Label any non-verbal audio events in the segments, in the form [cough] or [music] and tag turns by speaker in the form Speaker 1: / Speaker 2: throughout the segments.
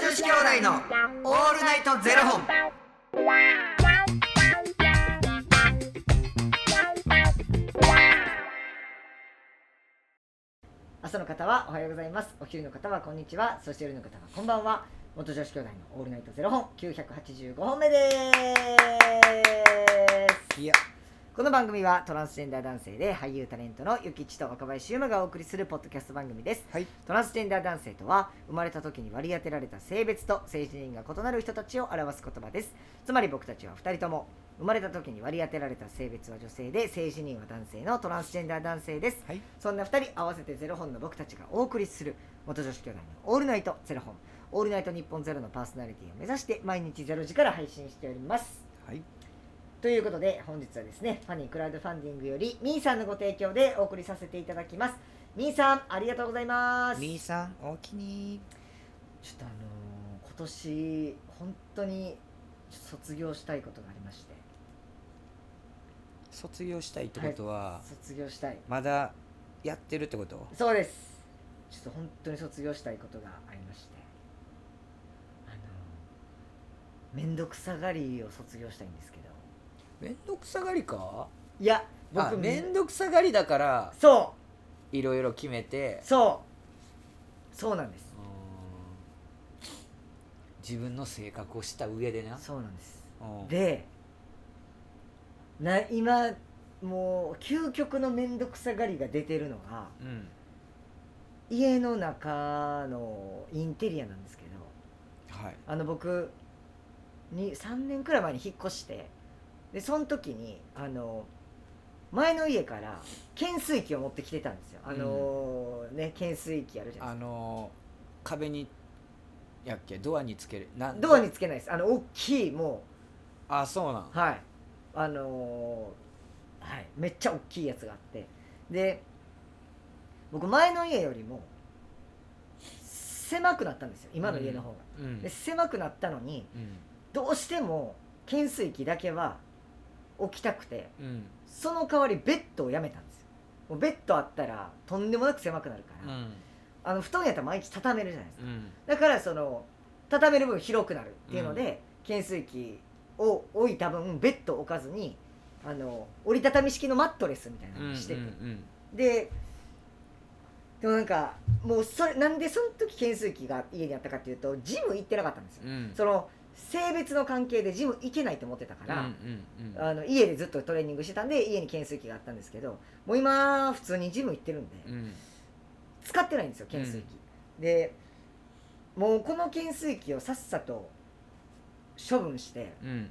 Speaker 1: 子兄弟のオールナイトゼロ本。
Speaker 2: 朝の方はおはようございますお昼の方はこんにちはそして夜の方はこんばんは元女子兄弟のオールナイトゼロ本985本目です
Speaker 1: いや
Speaker 2: この番組はトランスジェンダー男性で俳優タレントのゆきちと若林優馬がお送りするポッドキャスト番組です
Speaker 1: はい。
Speaker 2: トランスジェンダー男性とは生まれた時に割り当てられた性別と性自認が異なる人たちを表す言葉ですつまり僕たちは2人とも生まれた時に割り当てられた性別は女性で性自認は男性のトランスジェンダー男性です
Speaker 1: はい。
Speaker 2: そんな2人合わせてゼロ本の僕たちがお送りする元女子兄弟の「オールナイトゼロ本」「オールナイト日本ゼロのパーソナリティを目指して毎日ゼロ時から配信しております。
Speaker 1: はい。
Speaker 2: ということで本日はですねファニークラウドファンディングよりみーさんのご提供でお送りさせていただきます。みーさんありがとうございます。
Speaker 1: みーさん、おおきに。
Speaker 2: ちょっとあのー今年本当にちょっと卒業したいことがありまして
Speaker 1: 卒業したいってことは、
Speaker 2: 卒業したい
Speaker 1: まだやってるってこと
Speaker 2: そうですちょっと本当に卒業したいことがありましてあの面倒くさがりを卒業したいんですけど
Speaker 1: めんどくさがりか
Speaker 2: いや
Speaker 1: 僕
Speaker 2: 僕
Speaker 1: めんどくさがりだから
Speaker 2: そ
Speaker 1: いろいろ決めて
Speaker 2: うそうそうなんです
Speaker 1: うん自分の性格をした上でな
Speaker 2: そうなんです
Speaker 1: うん
Speaker 2: でな今もう究極の面倒くさがりが出てるのが
Speaker 1: うん
Speaker 2: 家の中のインテリアなんですけど
Speaker 1: はい
Speaker 2: あの僕に3年くらい前に引っ越してでその時にあの前の家から懸垂機を持ってきてたんですよあの、ね懸垂機あるじゃな
Speaker 1: あ
Speaker 2: いで
Speaker 1: のー壁にやっけドアにつけるな
Speaker 2: すかドアにつけないですあの大きいも
Speaker 1: あそうな
Speaker 2: う
Speaker 1: ん
Speaker 2: はいあのはいめっちゃ大きいやつがあってで僕前の家よりも狭くなったんですよ今の家の方が、
Speaker 1: うん
Speaker 2: で狭くなったのに
Speaker 1: うん
Speaker 2: どうしても懸垂機だけは置きたくて
Speaker 1: うん
Speaker 2: その代わりベッドをやめたんですよもうベッドあったらとんでもなく狭くなるか
Speaker 1: う
Speaker 2: ら、
Speaker 1: ん
Speaker 2: あの布団やったら毎日畳めるじゃないですか
Speaker 1: うん
Speaker 2: だからその畳める分広くなるっていうので、懸垂機を置いた分ベッドを置かずにあの折りたたみ式のマットレスみたいなのにしてて、
Speaker 1: うん
Speaker 2: ででもなんかもうそれなんでその時懸垂機が家にあったかっていうとジム行ってなかったんですよ
Speaker 1: うんうん
Speaker 2: その性別の関係でジム行けないと思ってたか
Speaker 1: う
Speaker 2: ら
Speaker 1: ん、うんうん
Speaker 2: あの家でずっとトレーニングしてたんで家に懸垂器があったんですけどもう今普通にジム行ってるんで、
Speaker 1: うん
Speaker 2: 使ってないんですよ懸垂器、でもうこの懸垂器をさっさと処分して
Speaker 1: うん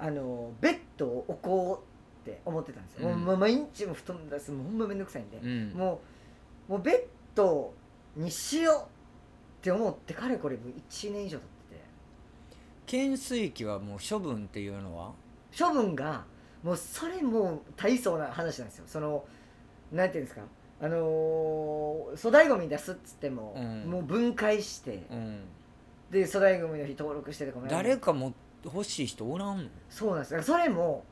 Speaker 2: あのベッドを置こうって思ってたんですよ、
Speaker 1: うん
Speaker 2: もう毎日も布団出すもうほんまめんどくさいんで
Speaker 1: う、ん
Speaker 2: もうもうベッドにしようって思ってかれこれもう1年以上経ってて。
Speaker 1: 懸垂器はもう処分っていうのは
Speaker 2: 処分がもうそれもう大層な話なんですよそのなんていうんですかあのー粗大ごみ出すっつっても、
Speaker 1: うん
Speaker 2: もう分解して、
Speaker 1: うん
Speaker 2: で粗大ごみの日登録してとかもやる
Speaker 1: 誰かも欲しい人おらんの
Speaker 2: そうなんですよそれも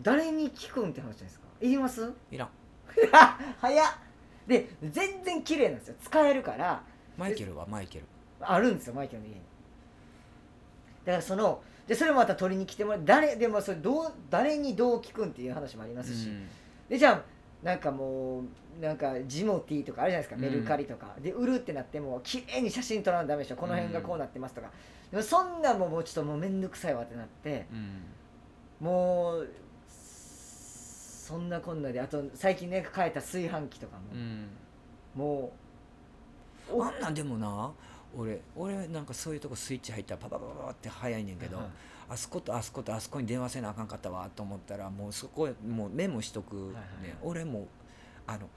Speaker 2: 誰に聞くんって話じゃないですか言います
Speaker 1: [laughs] いらん
Speaker 2: 早っで全然綺麗なんですよ使えるから
Speaker 1: マイケルはマイケル
Speaker 2: あるんですよマイケルの家にだからそのでそれもまた取りに来てもらう誰でもそれどう誰にどう聞くんっていう話もありますし、でじゃあなんかもうなんかジモティーとかあるじゃないですか、メルカリとかで売るってなっても綺麗に写真撮らなダメでしょこの辺がこうなってますとか、でもそんなんももうちょっともう面倒くさいわってなって
Speaker 1: うんうん
Speaker 2: もうそんなこんなであと最近ね変えた炊飯器とかも、
Speaker 1: うん
Speaker 2: もう
Speaker 1: あんなんでもな俺俺なんかそういうとこスイッチ入ったらパパパパパって早いねんけど、
Speaker 2: はい
Speaker 1: あそことあそことあそこに電話せなあかんかったわと思ったらもうそこもうメモしとくね、
Speaker 2: はいはいはい
Speaker 1: 俺もあの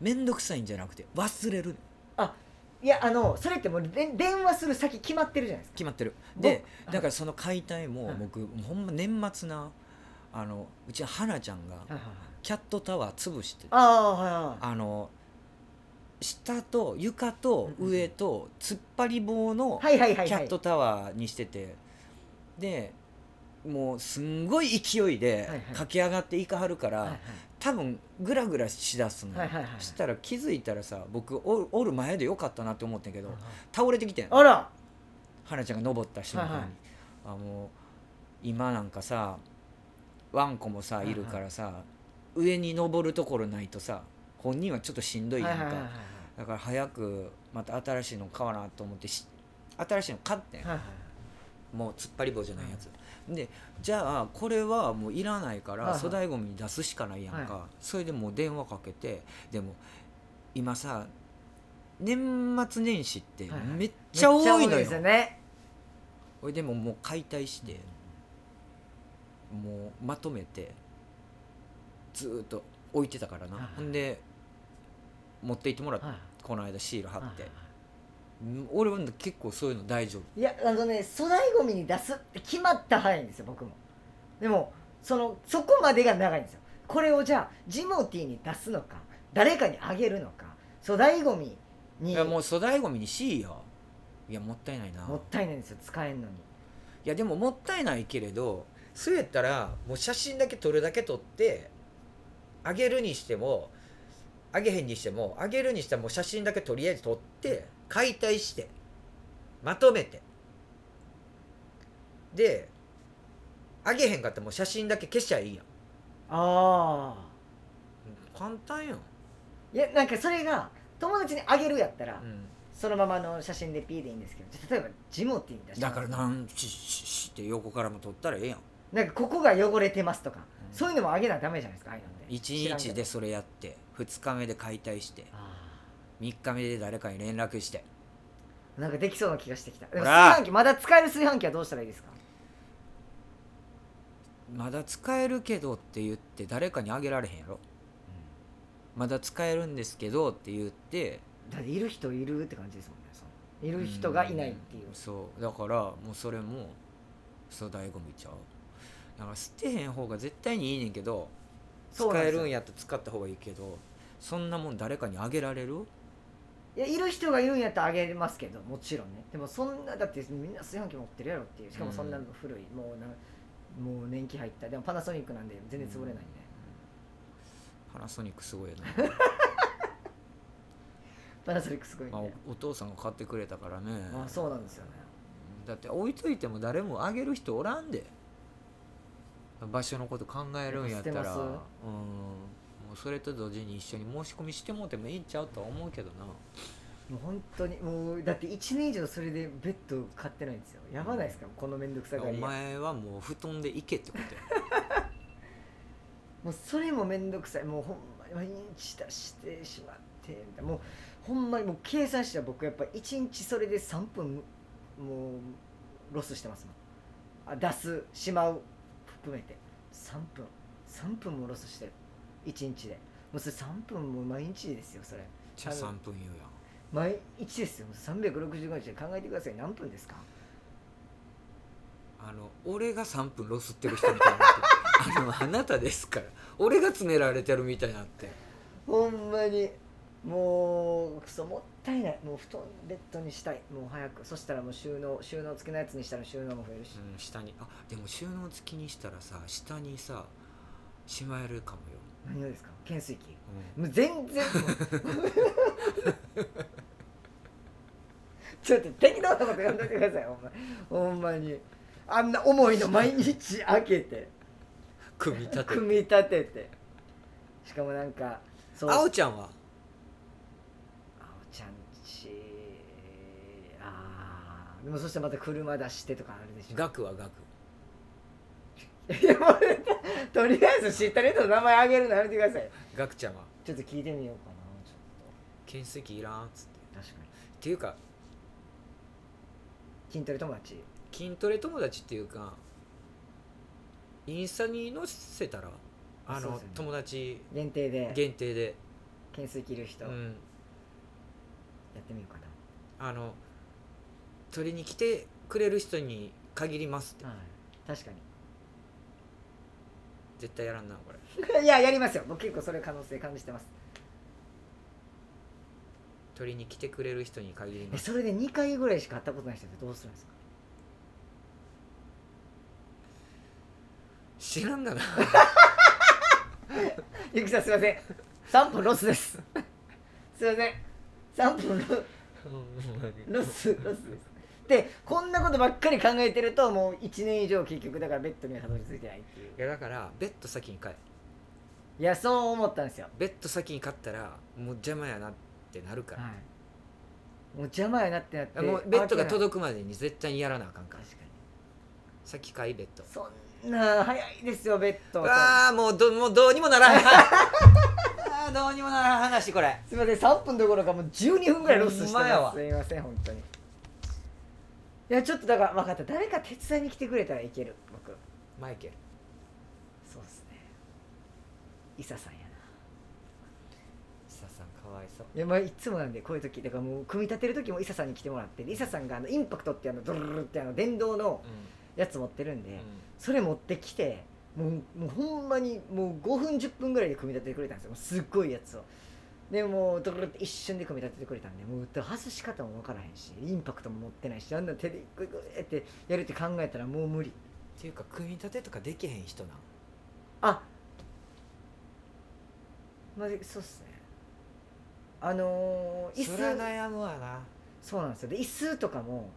Speaker 1: 面倒くさいんじゃなくて忘れる
Speaker 2: いやあのそれってもうで電話する先決まってるじゃないですか
Speaker 1: 決まってる
Speaker 2: ぼ
Speaker 1: で
Speaker 2: はい
Speaker 1: だからその解体も
Speaker 2: はい
Speaker 1: 僕、ほんま年末なあのうちはなちゃんがキャットタワー潰して
Speaker 2: ああはいはい
Speaker 1: あの下と床と上と突っ張り棒の、
Speaker 2: はいはいはい
Speaker 1: キ
Speaker 2: は
Speaker 1: ャ
Speaker 2: い
Speaker 1: ットタワーにしててでもうすんごい勢いで
Speaker 2: はいはい
Speaker 1: 駆け上がっていかはるから、
Speaker 2: はいはい
Speaker 1: 多分グラグラしだすのよ、
Speaker 2: はいはいはい
Speaker 1: したら気づいたらさ僕おおる前でよかったなって思ってんけど倒れてきてん
Speaker 2: あら
Speaker 1: 花ちゃんが登った瞬間に、
Speaker 2: はいはい
Speaker 1: あもう今なんかさワンコもさ
Speaker 2: はいはい
Speaker 1: いるからさ、上に登るところないとさ本人はちょっとしんどいやんか、
Speaker 2: はいはいはい
Speaker 1: だから早くまた新しいの買わなと思ってし新しいの買ってん、
Speaker 2: はいはい
Speaker 1: もう突っ張り棒じゃないやつ、でじゃあこれはもういらないか
Speaker 2: はい
Speaker 1: ら
Speaker 2: はい
Speaker 1: 粗大ごみに出すしかないやんか、
Speaker 2: は
Speaker 1: それでもう電話かけてでも今さ年末年始って
Speaker 2: はいはい
Speaker 1: めっちゃ多いの
Speaker 2: めっちゃ
Speaker 1: よ、
Speaker 2: ですよね
Speaker 1: これでももう解体してもうまとめてずーっと置いてたからな、
Speaker 2: はいはい
Speaker 1: ほんで持って行ってもらって、
Speaker 2: はい
Speaker 1: この間シール貼って、
Speaker 2: はい
Speaker 1: 俺は結構そういうの大丈夫
Speaker 2: いやあのね粗大ごみに出すって決まった範囲ですよ僕もでもそのそこまでが長いんですよこれをじゃあジモティーに出すのか誰かにあげるのか粗大ごみ
Speaker 1: い
Speaker 2: に
Speaker 1: やも
Speaker 2: も
Speaker 1: う粗大ごみにしいよいやもったいないな
Speaker 2: ったいないんですよ使えんのに
Speaker 1: いやでももったいないけれどそうやったらもう写真だけ撮るだけ撮ってあげるにしてもあげへんにしてもあげるにしても写真だけとりあえず撮って解体してまとめてであげへんかったらもう写真だけ消しちゃいいやん
Speaker 2: ああ
Speaker 1: 簡単やん、
Speaker 2: いやなんかそれが友達にあげるやったら、
Speaker 1: うん
Speaker 2: そのままの写真で P でいいんですけどじゃあ例えばジモティーに出して
Speaker 1: だからなんしししって横からも撮ったらええやん
Speaker 2: なんかここが汚れてますとか、
Speaker 1: うん
Speaker 2: そういうのもあげなダメじゃないですかああいうのって
Speaker 1: 1
Speaker 2: 知ら
Speaker 1: 日
Speaker 2: んけ
Speaker 1: で
Speaker 2: ど
Speaker 1: それやって2日目で解体して
Speaker 2: あ
Speaker 1: 3日目で誰かに連絡して
Speaker 2: ーなんかできそうな気がしてきたでも
Speaker 1: ほ
Speaker 2: 炊
Speaker 1: ら
Speaker 2: 飯器まだ使える炊飯器はどうしたらいいですか
Speaker 1: まだ使えるけどって言って誰かにあげられへんやろ、まだ使えるんですけどって言って
Speaker 2: だっている人いるって感じですもんねそのいる人がいないっていう、
Speaker 1: んそうだからもうそれも粗大ごみちゃうだから捨てへん方が絶対にいいねんけど使
Speaker 2: そうなんで
Speaker 1: え
Speaker 2: すよ
Speaker 1: るんやったら使った方がいいけどそんなもん誰かにあげられる
Speaker 2: いやいる人がいるんやったらあげますけどもちろんねでもそんなだってみんな炊飯器持ってるやろっていうしかもそんな古い、もうなもう年季入ったでもパナソニックなんで全然潰れないんで、
Speaker 1: パナソニックすごいよ
Speaker 2: [laughs]
Speaker 1: な、
Speaker 2: パナソニックすごいんで、
Speaker 1: まあ、おお父さんが買ってくれたからね
Speaker 2: まあ、そうなんですよね
Speaker 1: だって置いといても誰もあげる人おらんで場所のこと考えるんやった
Speaker 2: や
Speaker 1: ら
Speaker 2: っぱ捨てます
Speaker 1: うんもうそれと同時に一緒に申し込みしてもうてもいいんちゃうとは思うけどな
Speaker 2: もう本当にもうだって1年以上それでベッド買ってないんですよやばないですか、この面倒くさが
Speaker 1: お
Speaker 2: りも
Speaker 1: 前はもう布団で行けっ
Speaker 2: [laughs]
Speaker 1: てことや
Speaker 2: うそれも面倒くさいもうほんまに毎日出してしまってみたいなもうほんまにもう計算したら僕やっぱ1日それで3分もうロスしてますもんあ出すしまう含めて3分3分もロスしてる1日でもうそれ3分も毎日ですよそれ
Speaker 1: じゃあ
Speaker 2: あの
Speaker 1: 3分言うやん
Speaker 2: 毎日ですよもう365日で考えてください何分ですか
Speaker 1: あの俺が3分ロスってる人みたい
Speaker 2: [laughs]
Speaker 1: になってるあのあなたですから俺が詰められてるみたいになって
Speaker 2: ほんまにもうクソもったいないもう布団ベッドにしたいもう早くそしたらもう収納収納付きのやつにしたら収納も増えるし、
Speaker 1: うん下にあでも収納付きにしたらさ下にさしまえるかもよ、
Speaker 2: 何がですか懸垂器
Speaker 1: う
Speaker 2: [laughs]
Speaker 1: ん
Speaker 2: もう全然もうちょっと適当なことやんといてくださいほんまほんまにあんな重いの毎日開けて
Speaker 1: 組み立て
Speaker 2: 組み立ててしかもなんかそ
Speaker 1: あおちゃんは
Speaker 2: あおちゃんちあーでもそしてまた車出してとかあるでしょ
Speaker 1: 額は額
Speaker 2: いやもうとりあえず知った人の名前あげるのやめてください
Speaker 1: 額ちゃんは
Speaker 2: ちょっと聞いてみようかなちょ
Speaker 1: 検査機いらんっつって
Speaker 2: っと確か
Speaker 1: っていうか
Speaker 2: に筋トレ友達
Speaker 1: 筋トレ友達っていうかインスタに載せたらあ
Speaker 2: そう
Speaker 1: の、
Speaker 2: ですよね
Speaker 1: 友達
Speaker 2: 限定で
Speaker 1: 限定で、
Speaker 2: 懸垂切る人
Speaker 1: う
Speaker 2: やっ
Speaker 1: ん、
Speaker 2: てみようかな、
Speaker 1: あの取りに来てくれる人に限りますって
Speaker 2: はい、確か
Speaker 1: 絶対やらんなこれ
Speaker 2: に [laughs] いややりますよ僕結構それ可能性感じてます
Speaker 1: 取りに来てくれる人に限り
Speaker 2: え
Speaker 1: ます
Speaker 2: それで2回ぐらいしか会ったことない人ってどうするんですか
Speaker 1: 知ら
Speaker 2: [laughs]
Speaker 1: んがな
Speaker 2: ゆきさんすいません3分ロスです [laughs] すいません3分ロ
Speaker 1: ほんまに
Speaker 2: ロスロスですってこんなことばっかり考えてるともう1年以上結局だからベッドにはたどり着いてないっていう
Speaker 1: いやだからベッド先に買え
Speaker 2: いやそう思ったんですよ、
Speaker 1: ベッド先に買ったらもう邪魔やなってなるから、
Speaker 2: はいもう邪魔やなってなって
Speaker 1: もうベッドが
Speaker 2: く
Speaker 1: 届くまでに絶対にやらなあかんから
Speaker 2: 確かに
Speaker 1: 先買いベッド
Speaker 2: そんな早いですよベッド
Speaker 1: ああもうどもうどうにもならへんあーどうにもならん話これ
Speaker 2: すいません3分どころかもう12分ぐらいロスして
Speaker 1: ほんまや
Speaker 2: ま
Speaker 1: わ
Speaker 2: すすいません本当にいやちょっとだから分かった誰か手伝いに来てくれたらいける僕
Speaker 1: マイケル
Speaker 2: そうですね伊佐さんやな
Speaker 1: 久さんかわいそう
Speaker 2: いやまあいつもなんでこういう時だからもう組み立てる時も伊佐さんに来てもらってで伊佐さんがあのインパクトってあのドルルルってあの電動のやつ持ってるんで、それ持ってきてもうもうほんまにもう5分10分ぐらいで組み立ててくれたんですよもうすっごいやつをでもうドルルって一瞬で組み立ててくれたんでもう外し方も分からへんしインパクトも持ってないしあんな手でグイグイってやるって考えたらもう無理
Speaker 1: っていうか組み立てとかできへん人なん
Speaker 2: あまあでそうっすねあのー、椅
Speaker 1: そ
Speaker 2: 子
Speaker 1: りゃ悩むわな
Speaker 2: そうなんですよで椅子とかも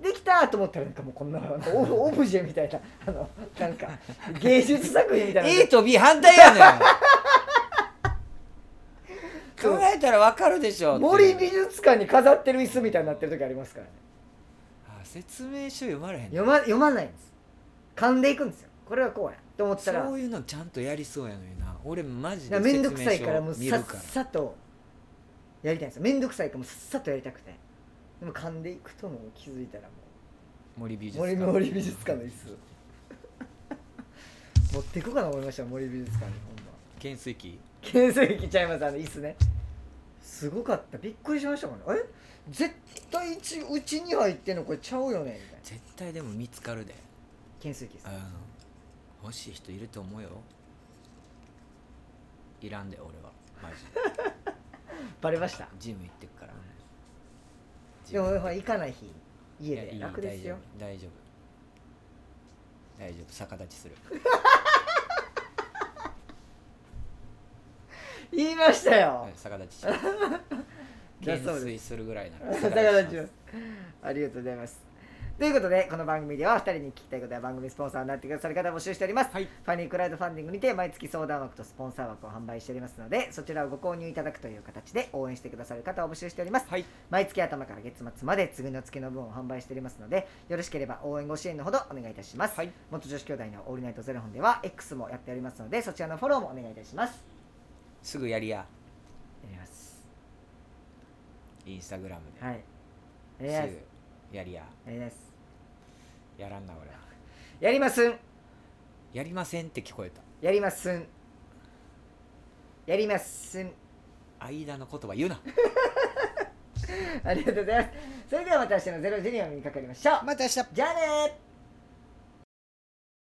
Speaker 2: できたと思ったらなんかもうこんな [laughs] なんかオブオブジェみたいなあのなんか芸術作品みたいな
Speaker 1: A と B 反対やねん
Speaker 2: そう
Speaker 1: [laughs] 考えたらわかるでしょって
Speaker 2: 森美術館に飾ってる椅子みたいになってる時ありますからね
Speaker 1: あ説明書読まれへんね
Speaker 2: 読ま読まないんです噛んでいくんですよこれはこうやと思ったら
Speaker 1: そういうのちゃんとやりそうやのにな俺マジで
Speaker 2: 面倒くさいからもう
Speaker 1: 説
Speaker 2: さ
Speaker 1: 明書
Speaker 2: っ
Speaker 1: 見る
Speaker 2: さとやりたいんですよ面倒くさいからもうさっさとやりたくてでも噛んでいくともう気づいたらも
Speaker 1: 森美
Speaker 2: う
Speaker 1: 術
Speaker 2: 森
Speaker 1: 館
Speaker 2: 森美術館の椅子 [laughs] 持っていこうかな思いました森美術館にほんま
Speaker 1: 懸垂器
Speaker 2: 懸垂器ちゃいますあの椅子ねすごかったびっくりしましたもんねあれ絶対ちうちに入ってんのこれちゃうよねみたいな
Speaker 1: 絶対でも見つかるで
Speaker 2: 懸垂器です
Speaker 1: あの欲しい人いると思うよいらんで俺はマジで
Speaker 2: バレました
Speaker 1: ジム行ってくから
Speaker 2: でもほら行かない日家
Speaker 1: いやい
Speaker 2: で
Speaker 1: い
Speaker 2: 楽ですよ
Speaker 1: 大丈夫大丈夫大丈夫逆立ちする
Speaker 2: 言いましたよ
Speaker 1: はい逆立ち
Speaker 2: [laughs]
Speaker 1: します
Speaker 2: だそうです
Speaker 1: 懸垂するぐらいなら
Speaker 2: [laughs] 逆立ちますありがとうございますということでこの番組では2人に聞きたいことや番組スポンサーになってくださる方を募集しております、
Speaker 1: はい
Speaker 2: ファニークラウドファンディングにて毎月相談枠とスポンサー枠を販売しておりますのでそちらをご購入いただくという形で応援してくださる方を募集しております
Speaker 1: はい
Speaker 2: 毎月頭から月末まで次の月の分を販売しておりますのでよろしければ応援ご支援のほどお願いいたします、
Speaker 1: はい
Speaker 2: 元女子兄弟のオールナイトゼロ本では X もやっておりますのでそちらのフォローもお願いいたします
Speaker 1: すぐやりや
Speaker 2: やります
Speaker 1: インスタグラムで、
Speaker 2: はいやります
Speaker 1: すぐやりや
Speaker 2: やります
Speaker 1: やらんな俺は
Speaker 2: やりますん
Speaker 1: やりませんって聞こえた
Speaker 2: やりますんやりますん
Speaker 1: 間の言葉言うな
Speaker 2: ありがとうございますそれではまた明日のゼロ時にお目にかかりましょう
Speaker 1: また明日
Speaker 2: じゃあねー